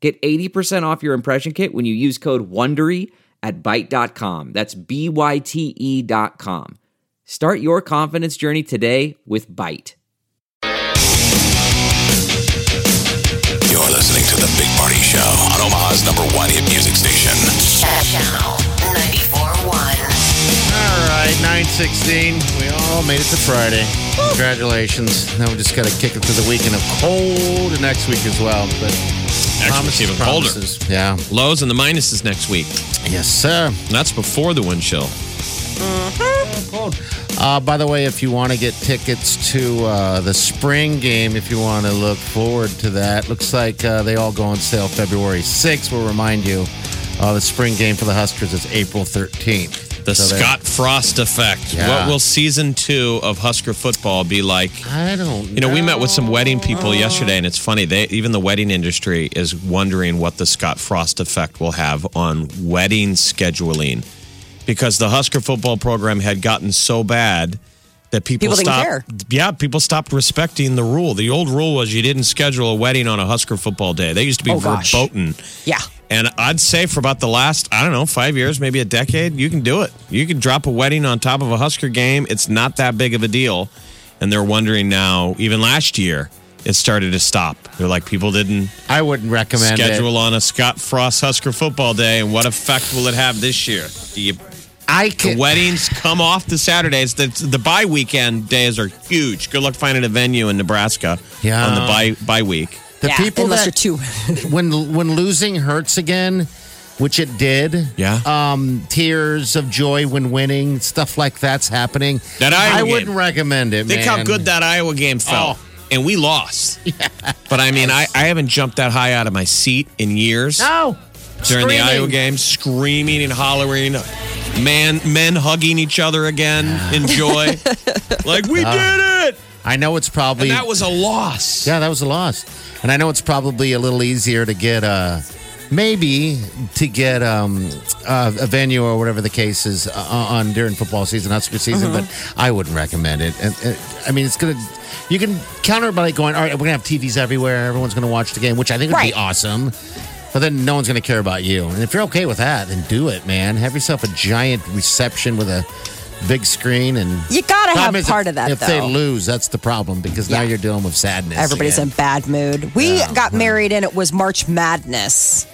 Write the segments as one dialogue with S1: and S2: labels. S1: Get 80% off your impression kit when you use code WONDERY at Byte.com. That's B-Y-T-E E dot com. Start your confidence journey today with Byte.
S2: You're listening to The Big Party Show on Omaha's number one hit music station.
S3: Channel 94.1.
S4: All right, 916. We all made it to Friday. Congratulations. Now we just got to kick it through the weekend of cold and next week as well. But
S5: Next week's
S4: promises,
S5: even colder.
S4: promises. Yeah.
S5: Lows and the minuses next week.
S4: Yes, sir.
S5: And that's before the wind chill.
S4: Uh, by the way, if you want to get tickets to uh, the spring game, if you want to look forward to that, looks like uh, they all go on sale February 6th. We'll remind you uh, the spring game for the Huskers is April 13th.
S5: The
S4: So they-
S5: Scott Frost effect.
S4: Yeah.
S5: What will season two of Husker football be like?
S4: I don't
S5: You know, we met with some wedding people yesterday, and it's funny. They even the wedding industry is wondering what the Scott Frost effect will have on wedding scheduling, because the Husker football program had gotten so bad that people,
S6: People didn't
S5: stopped.
S6: care.
S5: Yeah, people stopped respecting the rule. The old rule was you didn't schedule a wedding on a Husker football day. They used to be
S6: Oh, gosh.
S5: verboten.
S6: Yeah.
S5: And I'd say for about the last, I don't know, five years, maybe a decade, you can do it. You can drop a wedding on top of a Husker game. It's not that big of a deal. And they're wondering now, even last year, it started to stop. They're like, people didn't
S4: I wouldn't recommend it.
S5: schedule on a Scott Frost Husker football day. And what effect will it have this year? Do you,
S4: I can,
S5: the weddings come off the Saturdays. The, the bye weekend days are huge. Good luck finding a venue in Nebraska
S4: Yeah.
S5: on the bye, bye week.
S4: the
S6: yeah.
S4: people
S6: Unless
S4: that,
S6: you're two.
S4: when when losing hurts again, which it did.
S5: Yeah.
S4: Um, tears of joy when winning, stuff like that's happening.
S5: That Iowa
S4: I
S5: game.
S4: wouldn't recommend it.
S5: Think how
S4: man. Oh.
S5: good that Iowa game felt. And we lost. But I mean, I, I haven't jumped that high out of my seat in years
S4: No.
S5: during
S4: Screaming.
S5: the Iowa game, screaming and hollering. Man, men hugging each other again in joy. like, we
S4: Uh,
S5: did it!
S4: I know it's probably
S5: And that was a loss.
S4: yeah, that was a loss, and I know it's probably a little easier to get uh maybe to get um uh, a venue or whatever the case is uh, on during football season, Husker season, but I wouldn't recommend it. And, and I mean, it's gonna you can counter it by going, all right, we're gonna have TVs everywhere, everyone's gonna watch the game, which I think would be
S6: Right.
S4: awesome. But then no one's going to care about you. And if you're okay with that, then do it, man. Have yourself a giant reception with a big screen and
S6: You gotta
S4: Problem
S6: have
S4: is
S6: part
S4: if,
S6: of that
S4: If
S6: though.
S4: they lose, that's the problem because now
S6: Yeah.
S4: you're dealing with sadness.
S6: Everybody's in
S4: again.
S6: bad mood. We got married and it was March Madness.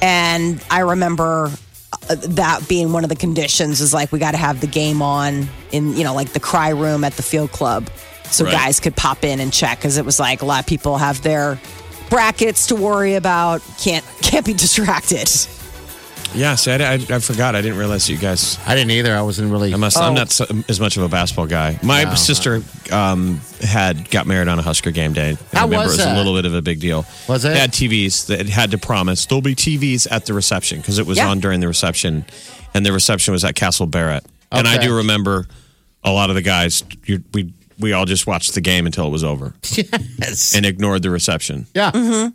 S6: And I remember uh, that being one of the conditions is like we got to have the game on in, you know, like the cry room at the field club so
S5: Right.
S6: guys could pop in and check because it was like a lot of people have their brackets to worry about. Can't can't be distracted.
S5: Yeah, see, I, I, I forgot. I didn't realize you guys.
S4: I didn't either. I wasn't really.
S5: I must, I'm not so, as much of a basketball guy. My sister um, had got married on a Husker game day. And I
S4: How
S5: remember
S4: was
S5: it was
S4: that?
S5: a little bit of a big deal.
S4: Was it?
S5: They had TVs that had to promise there'll be TVs at the reception because it was
S6: Yeah.
S5: on during the reception, and the reception was at Castle Barrett. And I
S4: Okay.
S5: do remember a lot of the guys. You, we we all just watched the game until it was over
S4: Oh, yes.
S5: and ignored the reception.
S4: Yeah.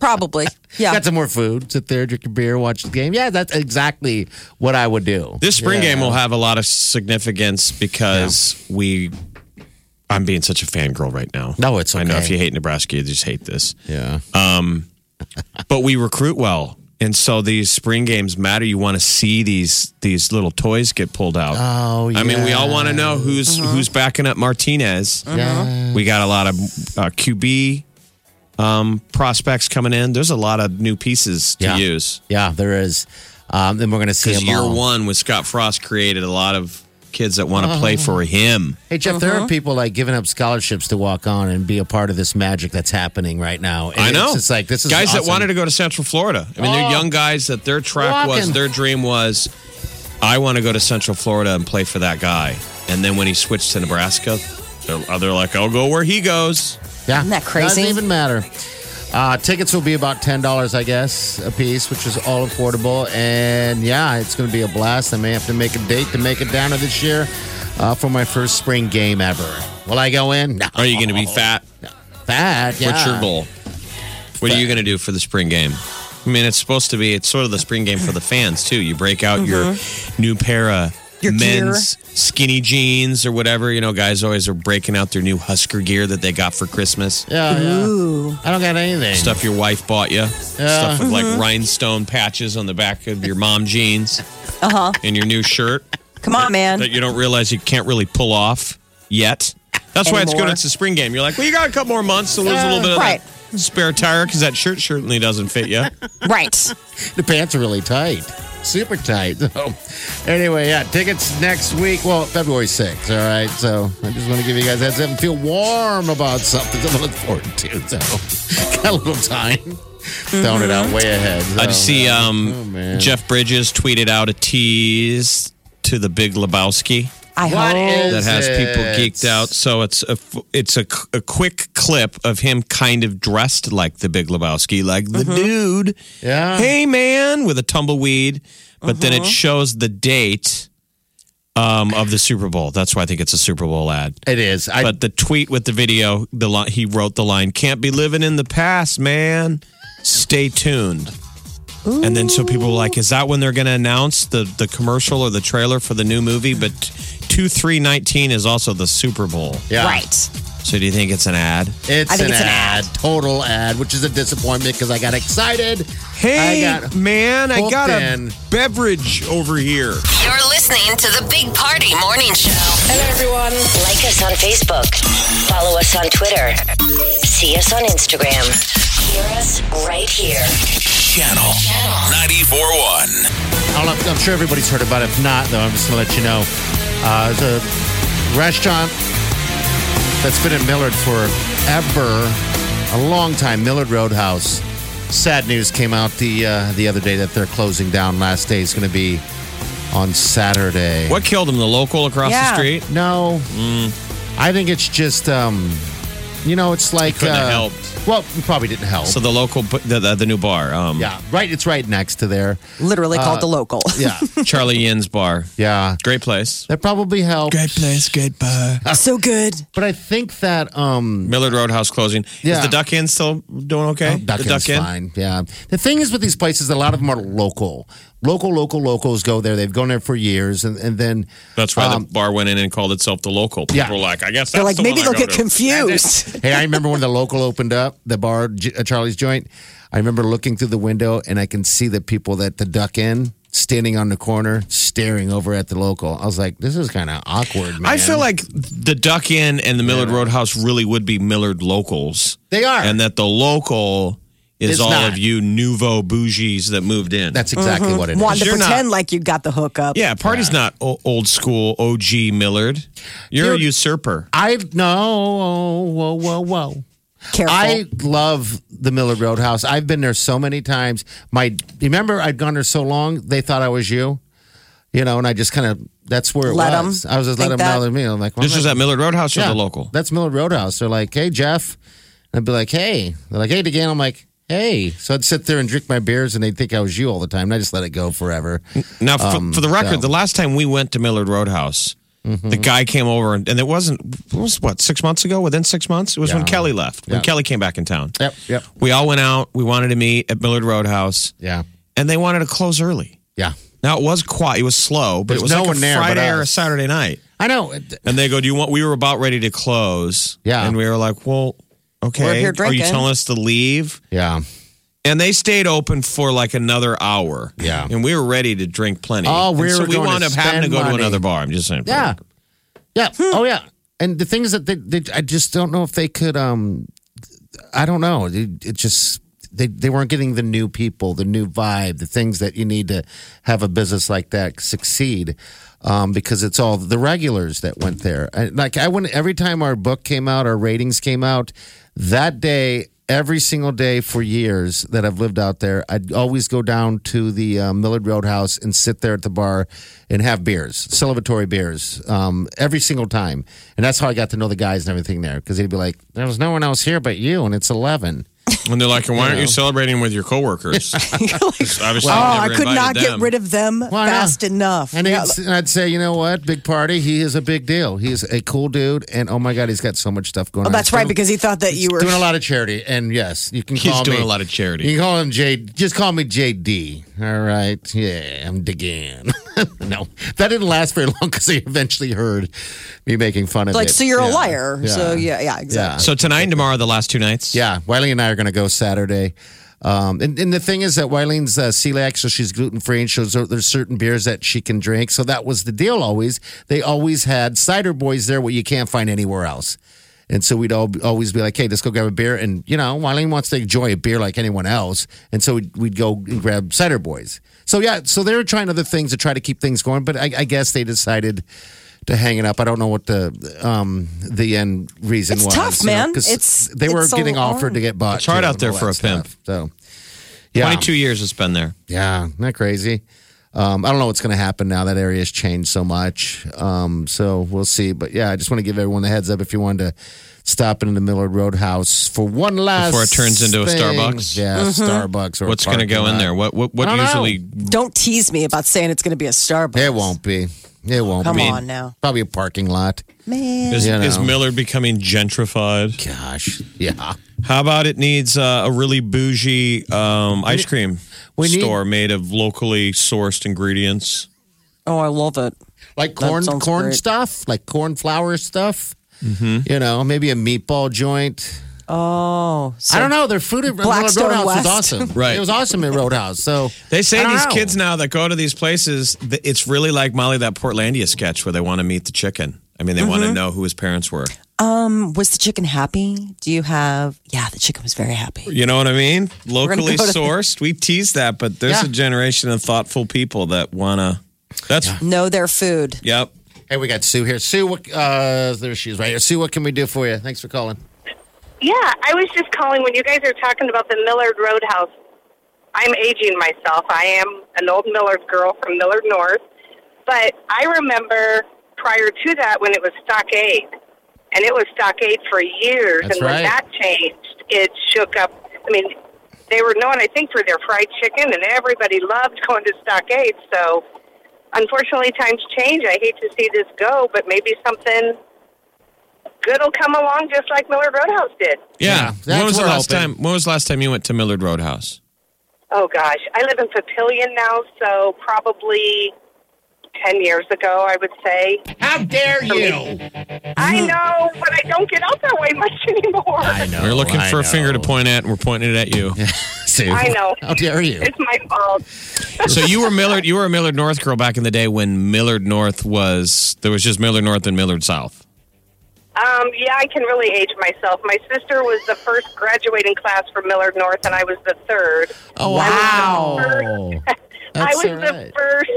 S6: Probably. Mm-hmm. Yeah.
S4: Got some more food. Sit there, drink your beer, watch the game. Yeah, that's exactly what I would do.
S5: This spring
S4: Yeah.
S5: game will have a lot of significance because we. I'm being such a fangirl right now.
S4: No, it's
S5: I know
S4: okay.
S5: if you hate Nebraska, you just hate this.
S4: Yeah.
S5: Uh, but we recruit well and so these spring games matter you want to see these these little toys get pulled out
S4: Oh,
S5: i mean we all
S4: yeah. Uh-huh.
S5: want to know who's who's backing up martinez we got a lot of uh, qb um, prospects coming in there's a lot of new pieces to
S4: Yeah.
S5: use
S4: Yeah, there is. Um, then we're going to see
S5: because
S4: them
S5: year
S4: all.
S5: one with scott frost created a lot of kids that want to play
S4: Uh-huh.
S5: for him
S4: Hey Jeff, there
S6: Mm-hmm.
S4: are people like giving up scholarships to walk on and be a part of this magic that's happening right now. And
S5: I know.
S4: It's just like this is
S5: guys that
S4: awesome.
S5: wanted to go to Central Florida. I mean, they're
S4: Oh.
S5: young guys that their track was,
S4: Walking.
S5: their dream was, I want to go to Central Florida and play for that guy. And then when he switched to uh, Nebraska, they're, they're like, I'll go where he goes.
S4: Yeah.
S6: Isn't that crazy?
S4: Doesn't even matter. Uh, tickets will be about ten dollars, I guess, a piece, which is all affordable. And yeah, it's going to be a blast. I may have to make a date to make it down to this year uh, for my first spring game ever. Will I go in? No.
S5: Are you going to be fat?
S4: Fat. Yeah.
S5: What's your goal? What are you going to do for the spring game? I mean, it's supposed to be, it's sort of the spring game for the fans, too. You break out
S4: Mm-hmm.
S5: your new pair of
S6: Your
S5: men's skinny jeans or whatever. You know, guys always are breaking out their new Husker gear that they got for Christmas.
S4: Yeah, yeah.
S6: Ooh.
S4: I don't got anything.
S5: Stuff your wife bought you. Stuff
S4: Mm-hmm.
S5: with like rhinestone patches on the back of your mom jeans
S6: Uh
S4: Uh-huh.
S6: huh.
S5: and your new shirt
S6: Come on, man.
S5: that you don't realize you can't really pull off yet. That's why it's good.
S6: Anymore.
S5: It's a spring game. You're like, well, you got a couple more months to lose a little bit of
S6: Right.
S5: that spare tire because that shirt certainly doesn't fit you.
S6: Right.
S4: The pants are really tight, super tight. So, anyway, yeah, tickets next week. Well, February 6th. All right. So I just want to give you guys a heads up and feel warm about something to look forward to. So got a little time. Throwing it out way ahead. So,
S5: Mm-hmm. I just see um,
S4: Oh, man.
S5: Jeff Bridges tweeted out a tease to the Big Lebowski
S6: I
S4: What
S6: hope.
S4: is-
S5: that has people
S4: it?
S5: geeked out. So it's a f- it's a, c- a quick clip of him kind of dressed like the Big Lebowski, like the dude.
S4: Yeah.
S5: Hey man, with a tumbleweed. But then it shows the date um, of the Super Bowl. That's why I think it's a Super Bowl ad.
S4: It is. I,
S5: But the tweet with the video, the li- he wrote the line, "Can't be living in the past, man. Stay tuned." And then so people were like, "Is that when they're going to announce the the commercial or the trailer for the new movie?" But two three nineteen is also the Super Bowl.
S4: yeah.
S6: Right.
S5: So do you think it's an ad?
S4: It's,
S6: I think
S4: an,
S6: it's an
S4: ad, total ad, which is a disappointment because I got excited.
S5: Hey
S4: I got-
S5: man, I
S4: Well,
S5: got
S4: then-
S5: a beverage over here.
S3: You're listening to the Big Party Morning Show. Hello, everyone. Like us on Facebook. Follow us on Twitter. See us on Instagram. Hear us right here.
S2: Channel 94.1.
S4: I'll, I'm sure everybody's heard about it. If not, though, I'm just going to let you know. Uh, the restaurant that's been in Millard forever, a long time, Millard Roadhouse. Sad news came out the uh, the other day that they're closing down. Last day is going to be on Saturday.
S5: What Mm. killed him? The local across
S6: Yeah.
S5: the street.
S4: No, I think it's just um, you know, it's like
S5: couldn't have
S4: uh,
S5: helped.
S4: Well, we probably didn't help.
S5: So the local, the, the, the new bar, um,
S4: yeah, right. It's right next to there.
S6: Literally
S4: Uh,
S6: called the local.
S4: Yeah,
S5: Charlie Yin's bar,
S4: yeah.
S5: great place.
S4: That probably helped.
S5: place, great bar.
S6: so good.
S4: But I think that um,
S5: Millard Roadhouse closing. Is
S4: Yeah. Oh,
S5: the Duck Inn still doing okay?
S4: Duck
S5: the
S4: Inn's fine. Yeah. The thing is with these places, a lot of them are local. Local, local, locals go there. They've gone there for years. And, and then,
S5: That's why
S4: Um,
S5: the bar went in and called itself the local. People
S4: Yeah.
S5: were like, I guess that's
S6: They're like,
S5: the
S6: maybe
S5: one
S6: they'll
S5: I go
S6: get
S5: to.
S6: confused.
S4: hey, I remember when the local opened up, the bar, J- uh, Charlie's Joint. I remember looking through the window and I can see the people at the Duck Inn standing on the corner staring over at the local. I was like, this is kind of awkward, man.
S5: I feel like the Duck Inn and the Millard Roadhouse really would be Millard locals,
S4: they are.
S5: and that the local is
S4: It's
S5: all
S4: not.
S5: of you nouveau bougies that moved in.
S4: That's exactly
S5: Mm-hmm.
S4: what it is.
S6: Want to
S5: You're not-
S6: pretend like you got the hookup.
S5: yeah, party's not o- old school OG Millard. You're a
S4: Dude.
S5: usurper.
S4: I no, whoa, whoa, whoa.
S6: Careful.
S4: I love the Miller Roadhouse. I've been there so many times. My remember, I'd gone there so long they thought I was you, you know, and I just kind of that's where it
S6: Let 'em
S4: was. I was just let them
S6: think
S4: know
S6: that.
S4: that me. I'm like, well,
S5: This was
S4: I'm
S5: at Millard Roadhouse
S4: like,
S5: or
S4: yeah,
S5: the local.
S4: That's Miller Roadhouse. They're like, hey Jeff, and I'd be like, hey. They're like, hey again. I'm like, hey. So I'd sit there and drink my beers, and they'd think I was you all the time, and I just let it go forever.
S6: Mm.
S5: Now, for, for the
S4: Um,
S5: record,
S4: so- Mm-hmm.
S5: the last time we went to Millard Roadhouse, the guy came over, and, and it wasn't it was what six months ago. Within six months, it was when
S4: Yeah.
S5: Kelly left. When
S4: Yeah.
S5: Kelly came back in town,
S4: Yep, yep,
S5: we all went out. We wanted to meet at Millard Roadhouse,
S4: yeah,
S5: and they wanted to close early.
S4: yeah.
S5: Now it was quiet. It was slow, but
S4: There's
S5: it was
S4: no
S5: like a
S4: one there but
S5: Friday or a
S4: us.
S5: Saturday night.
S4: I know. It-
S5: And they go, "Do you want?" We were about ready to close.
S4: Yeah.
S5: and we were like, "Well, okay.
S6: We're here
S5: Are you
S6: drinking.
S5: telling us to leave?"
S4: Yeah.
S5: And they stayed open for like another hour.
S4: Yeah.
S5: and we were ready to drink plenty.
S4: Oh, we
S5: And so
S4: were
S5: we
S4: going
S5: wound
S4: to
S5: up having to
S4: spend
S5: go to
S4: money.
S5: another bar. I'm just saying. for
S4: Yeah. Yeah. Oh yeah. And the thing is that they, they I just don't know if they could um I don't know. It, it just they they weren't getting the new people, the new vibe, the things that you need to have a business like that succeed. Um, because it's all the regulars that went there. I, like I went every time our book came out, our ratings came out that day. Every single day for years that I've lived out there, I'd always go down to the uh, Millard Roadhouse and sit there at the bar and have beers, celebratory beers, um, every single time. And that's how I got to know the guys and everything there because they'd be like, there was no one else here but you, and it's 11.
S5: And they're like, "And why aren't you celebrating with your coworkers?" It's obviously, you
S6: oh, I
S5: never
S6: could
S5: invited
S6: not get
S5: them.
S6: rid of them
S4: Why not?
S6: fast enough.
S4: And,
S6: Yeah,
S4: it's, and I'd say, you know what, big party. He is a big deal. He's a cool dude, and oh my god, he's got so much stuff going
S6: oh,
S4: on.
S6: that's
S4: He's
S6: right,
S4: doing-
S6: because he thought that you were
S4: doing a lot of charity. And yes, you can
S5: He's
S4: call
S5: doing
S4: me-
S5: a lot of charity.
S4: You can call him J. Just call me JD. All right. Yeah, I'm digging. no, that didn't last very long because they eventually heard me making fun of
S6: like,
S4: it.
S6: so you're a
S4: Yeah.
S6: liar. So yeah, yeah, exactly.
S4: Yeah.
S5: So tonight and tomorrow, are the last two nights.
S4: Yeah, Wiley and I are going to go Saturday. Um, and, and the thing is that Wileen's uh, celiac, so she's gluten free, and shows there's certain beers that she can drink. So that was the deal always. They always had cider boys there, what you can't find anywhere else. And so we'd all, always be like, hey, let's go grab a beer. And, you know, Wileen wants to enjoy a beer like anyone else. And so we'd, we'd go and grab cider boys. So, yeah, so they were trying other things to try to keep things going. But I, I guess they decided to hang it up. I don't know what the um, the end reason
S6: It's
S4: was.
S6: tough,
S4: you know,
S6: man.
S4: 'cause
S6: It's-
S4: they were
S6: it's so
S4: getting offered
S6: hard.
S4: to get bought.
S5: It's hard
S4: too,
S5: out
S4: and
S5: there
S4: all
S5: for
S4: that
S5: a pimp.
S4: stuff. So, yeah,
S5: Twenty-two years it's been there.
S4: Yeah, isn't that crazy. Um, I don't know what's going to happen now. That area's changed so much. Um, so we'll see. But yeah, I just want to give everyone the heads up if you wanted to stop in the Miller Roadhouse for one last
S5: Before it turns into a
S4: thing.
S5: Starbucks?
S4: Yeah,
S6: Mm-hmm.
S4: Starbucks. Or a
S5: What's going to
S4: parking
S5: go in
S4: lot.
S5: there? What what what
S4: I don't
S5: usually?
S6: Don't tease me about saying it's going to be a Starbucks.
S4: It won't be. It won't
S6: Come
S4: be.
S6: on now.
S4: Probably a parking lot.
S6: Man.
S5: Is,
S4: You
S5: is
S4: know.
S5: Miller becoming gentrified?
S4: Gosh. Yeah.
S5: How about it needs uh, a really bougie um, ice cream
S4: we need-
S5: store made of locally sourced ingredients?
S6: Oh, I love it.
S4: like
S6: That
S4: corn
S6: sounds
S4: corn
S6: great.
S4: stuff, like corn flour stuff.
S5: Mm-hmm.
S4: You know, maybe a meatball joint.
S6: Oh,
S4: I don't know. Their food at
S6: Blackstone
S4: Roadhouse was
S6: West.
S4: awesome.
S5: Right.
S4: it was awesome at Roadhouse. So
S5: They say
S4: I don't
S5: these
S4: know.
S5: kids now that go to these places, th- it's really like Molly that Portlandia sketch where they want to meet the chicken. I mean, they want to know who his parents were.
S6: Was the chicken happy? Do you have? Yeah, the chicken was very happy.
S5: You know what I mean?
S6: gonna
S5: Locally
S6: go to-
S5: sourced. We tease that, but there's
S4: Yeah.
S5: a generation of thoughtful people that want to. That's
S6: Know their food.
S5: yep.
S4: Hey, we got Sue here. Sue, what, uh, there she is, right here. Sue, what can we do for you? Thanks for calling.
S7: Yeah, I was just calling when you guys are talking about the Millard Roadhouse. I'm aging myself. I am an old Millard girl from Millard North, but I remember prior to that when it was Stockade, and it was Stockade for years.
S4: That's
S7: and when
S4: right.
S7: that changed, it shook up. I mean, they were known, I think, for their fried chicken, and everybody loved going to Stockade. So, unfortunately, times change. I hate to see this go, but maybe something good will come along, just like Millard Roadhouse did.
S5: Yeah.
S4: Yeah,
S5: when
S4: that's
S5: was the
S4: what
S5: last
S4: happened.
S5: time? When was the last time you went to Millard Roadhouse?
S7: Oh gosh, I live in Papillion now, so probably ten years ago, I would say.
S4: How dare you?
S7: I know, but I don't get out that way much anymore.
S4: know.
S5: We're looking
S4: Mm. Oh, I
S5: for a
S4: know.
S5: finger to point at, and we're pointing it at you.
S4: Sue,
S7: I know.
S4: How dare you?
S7: It's my fault.
S5: So you were Millard. You were a Millard North girl back in the day when Millard North was there was just Millard North and Millard South.
S7: Um, yeah, I can really age myself. My sister was the first graduating class from Millard North, and I was the third.
S4: Oh,
S7: I was the
S4: wow.
S7: I
S4: That's
S7: was
S4: all
S7: the
S4: right.
S7: first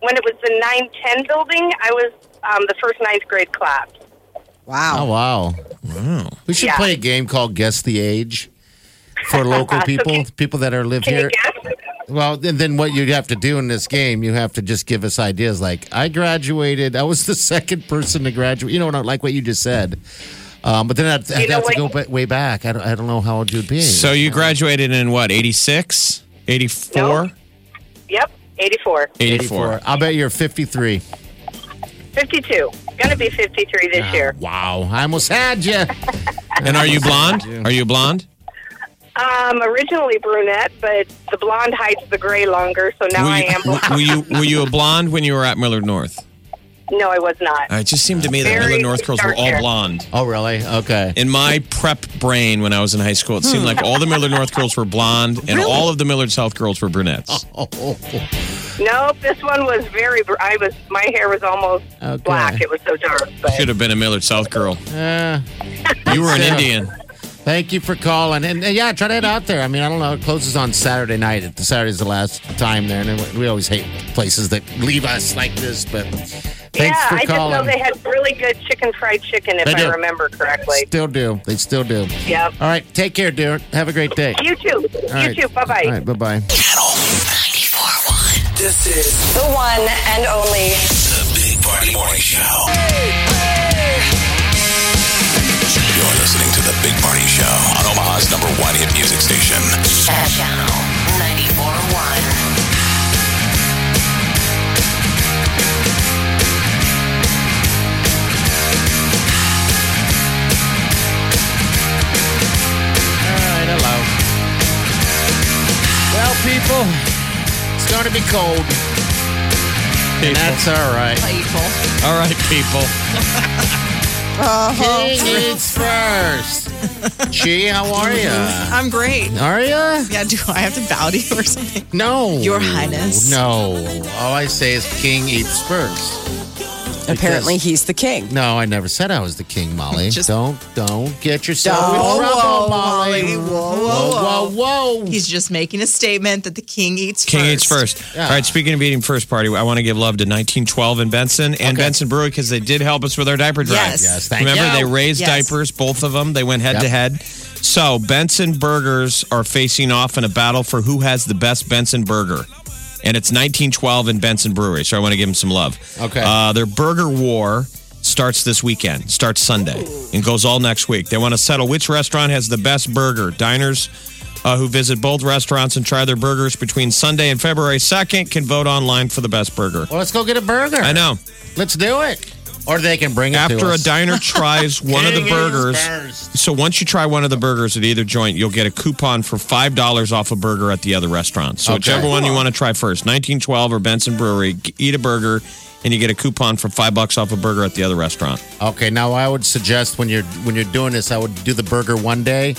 S7: when it was the nine ten building. I was um, the first ninth grade class.
S4: Oh,
S6: Wow.
S4: wow. We should
S7: Yeah.
S4: play a game called Guess the Age for local people, people that are live
S7: Can
S4: here.
S7: you guess?
S4: Well, and then what you have to do in this game, you have to just give us ideas. Like I graduated, I was the second person to graduate. You know, not like what you just said. Um, but then I'd, I'd
S7: You know
S4: have to
S7: what-
S4: go ba- way back. I don't, I don't know how old you'd be.
S5: So you graduated in what 86, 84,
S7: No. Yep, eighty four.
S5: 84.
S4: I'll bet you're 53.
S7: 52. Gonna be 53 this year.
S4: Wow, I almost had you.
S5: And are you blonde? Are you blonde?
S7: Um, originally brunette, but the blonde hides the gray longer, so now
S5: were
S7: I
S5: you,
S7: am blonde.
S5: were you were you a blonde when you were at Millard North?
S7: no, I was not.
S5: Uh, It just seemed to me that
S7: Very
S5: Millard North girls were
S7: dark
S5: all
S7: hair.
S5: blonde.
S4: Oh, really? Okay.
S5: In my prep brain when I was in high school, it seemed
S7: Hmm.
S5: like all the Millard North girls were blonde and all of the Millard South girls were brunettes.
S7: Nope, this one was very. Br- I was. My hair was almost
S4: Okay.
S7: black. It was so dark. But
S5: Should have been a Millard South girl.
S4: Uh,
S5: You were an
S4: Yeah.
S5: Indian.
S4: thank you for calling. And, uh, yeah, try that out there. I mean, I don't know. It closes on Saturday night. It- Saturday's the last time there. And we always hate places that leave us like this. But thanks
S7: yeah,
S4: for
S7: I just
S4: calling.
S7: know they had really good chicken fried chicken, if
S4: They
S7: I
S4: do.
S7: remember correctly.
S4: Still do. They still do.
S7: Yep.
S4: All right. Take care, dear. Have a great day.
S7: You too. you
S4: All right.
S7: too. Bye bye.
S4: All right. Bye bye.
S2: Channel
S3: 941.
S2: This is
S3: The one and only.
S2: the Big Party Morning Show. Channel You're listening to the Big Party Show on Omaha's number one hit music station.
S3: Channel 94.1.
S4: right, hello. Well, people, it's going to be cold,
S5: People.
S4: and that's all right.
S5: All right, people.
S4: King eats first. Chi, how are you?
S8: I'm great.
S4: Are you?
S8: Yeah, do I have to bow to you or something?
S4: No.
S8: Your Highness.
S4: No. All I say is king eats first.
S6: Apparently,
S4: Because-
S6: he's the king.
S4: No, I never said I was the king, Molly.
S8: Just-
S4: don't don't get yourself in trouble, Molly.
S8: Whoa,
S4: Whoa, whoa, whoa.
S8: He's just making a statement that the king eats
S5: King
S8: first.
S5: eats first.
S4: Yeah.
S5: All right, speaking of eating first party, I want to give love to 1912 and Benson and
S4: Okay.
S5: Benson Brewery because they did help us with our diaper drive.
S8: Yes.
S4: Yes, thank
S5: Remember,
S4: you.
S5: they raised
S8: Yes.
S5: diapers, both of them. They went head to
S4: Yep.
S5: head. So, Benson burgers are facing off in a battle for who has the best Benson burger. And it's 1912 and Benson Brewery. So, I want to give them some love.
S4: Okay.
S5: Uh, their burger war starts this weekend, starts Sunday, and goes all next week. They want to settle which restaurant has the best burger. Diners uh, who visit both restaurants and try their burgers between Sunday and February 2nd can vote online for the best burger.
S4: Well, let's go get a burger.
S5: I know.
S4: Let's do it. Or they can bring it to
S5: After a
S4: us.
S5: diner tries one of the
S4: King eats
S5: burgers,
S4: first.
S5: so once you try one of the burgers at either joint, you'll get a coupon for five dollars off a burger at the other restaurant. So
S4: Okay.
S5: whichever one you want to try first, nineteen twelve or Benson Brewery, g- eat a burger, and you get a coupon for five bucks off a burger at the other restaurant.
S4: Okay, now I would suggest when you're when you're doing this, I would do the burger one day,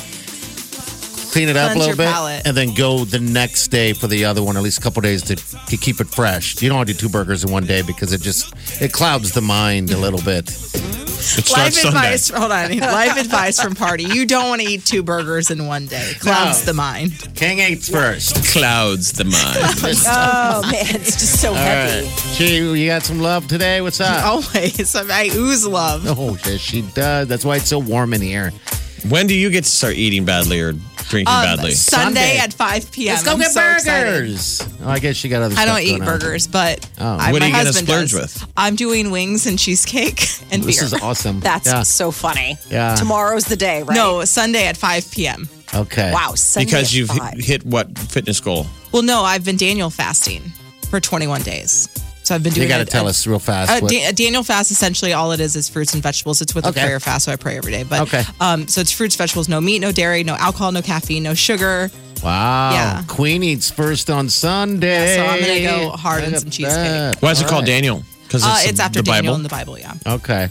S4: clean it up a
S8: Cleanse
S4: little
S8: your
S4: bit,
S8: palate.
S4: and then go the next day for the other one, at least a couple days to, to keep it fresh. You don't want to do two burgers in one day because it just it clouds the mind a little bit.
S5: It
S8: Life
S5: starts Sunday.
S8: advice. Hold on. Life advice from Party. You don't want to eat two burgers in one day. Clouds the mind.
S4: King eats first.
S5: Clouds the mind.
S6: Oh man, it's just so
S4: All
S6: heavy.
S4: right, she, you got some love today. What's up?
S8: Always. I ooze love.
S4: Oh, yes, she does. That's why it's so warm in here.
S5: when do you get to start eating badly or drinking
S8: Um,
S5: badly?
S8: Sunday,
S4: Sunday.
S8: at 5 p.m.
S4: Let's go
S8: I'm
S4: get
S8: so excited.
S4: burgers. Oh, I guess she got other.
S8: I
S4: stuff
S8: don't eat
S4: going on.
S8: burgers, but
S4: Oh.
S8: I,
S5: What are
S8: my
S5: you gonna
S8: husband
S5: splurge
S8: does.
S5: with?
S8: I'm doing wings and cheesecake and
S4: This
S8: beer.
S4: is awesome.
S6: That's
S4: Yeah.
S6: so funny.
S4: Yeah.
S6: Tomorrow's the day, right?
S8: No, Sunday at 5 p.m.
S4: okay.
S6: Wow. Sunday
S5: because
S6: at
S5: you've hi-
S6: five.
S5: hit what fitness goal?
S8: Well, no, I've been Daniel fasting for 21 days. So I've been doing
S4: You got to
S8: it-
S4: tell us real fast.
S8: Uh,
S4: what-
S8: da- Daniel fast essentially all it is is fruits and vegetables. It's with
S4: Okay.
S8: a prayer fast, so I pray every day. But
S4: Okay.
S8: um, so it's fruits, vegetables, no meat, no dairy, no alcohol, no caffeine, no sugar.
S4: Wow.
S8: Yeah.
S4: Queen eats first on Sunday.
S8: Yeah, so I'm gonna go hard on
S4: Look
S8: some
S4: at
S8: cheesecake.
S4: that.
S5: Why is it
S4: All
S5: called
S4: right.
S5: Daniel? Because
S8: Uh, it's after
S5: the
S8: Daniel
S5: Bible.
S8: in the Bible. Yeah,
S4: Okay.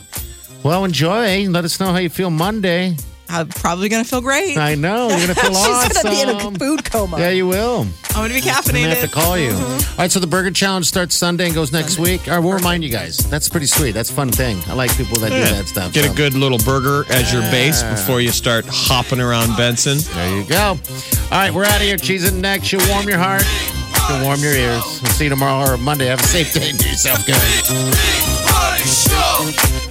S4: Well, enjoy. Let us know how you feel Monday.
S8: I'm probably gonna feel great.
S4: I know. You're going to feel awesome.
S6: She's gonna be in a food coma.
S4: yeah, you will.
S8: I'm gonna be
S4: I'm going to have to
S8: caffeinated.
S4: call you. All right, so the Burger Challenge starts Sunday and goes next week. All right, we'll remind you guys. That's pretty sweet. That's a fun thing. I like people that do that stuff.
S5: Get
S4: so.
S5: a good little burger as your base before you start hopping around Benson.
S4: There you go. All right, we're out of here. Cheese and neck. She'll warm your heart. She'll warm your ears. We'll see you tomorrow or Monday. Have a safe day. Do yourself good.
S9: Big Party Show. Big,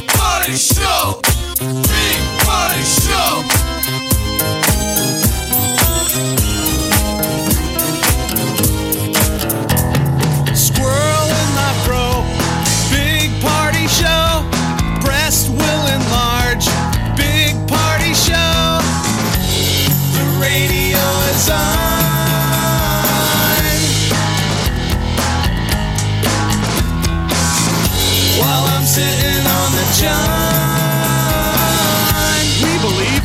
S9: big Party Show. Big Party Show. Squirrel in my bro. Big Party Show. Breast will enlarge. Big Party Show. The radio is on. while I'm sitting on the john. We believe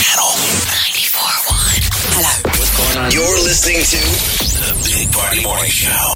S3: Channel 94.1. Hello.
S2: You're listening to the Big Party Morning Show.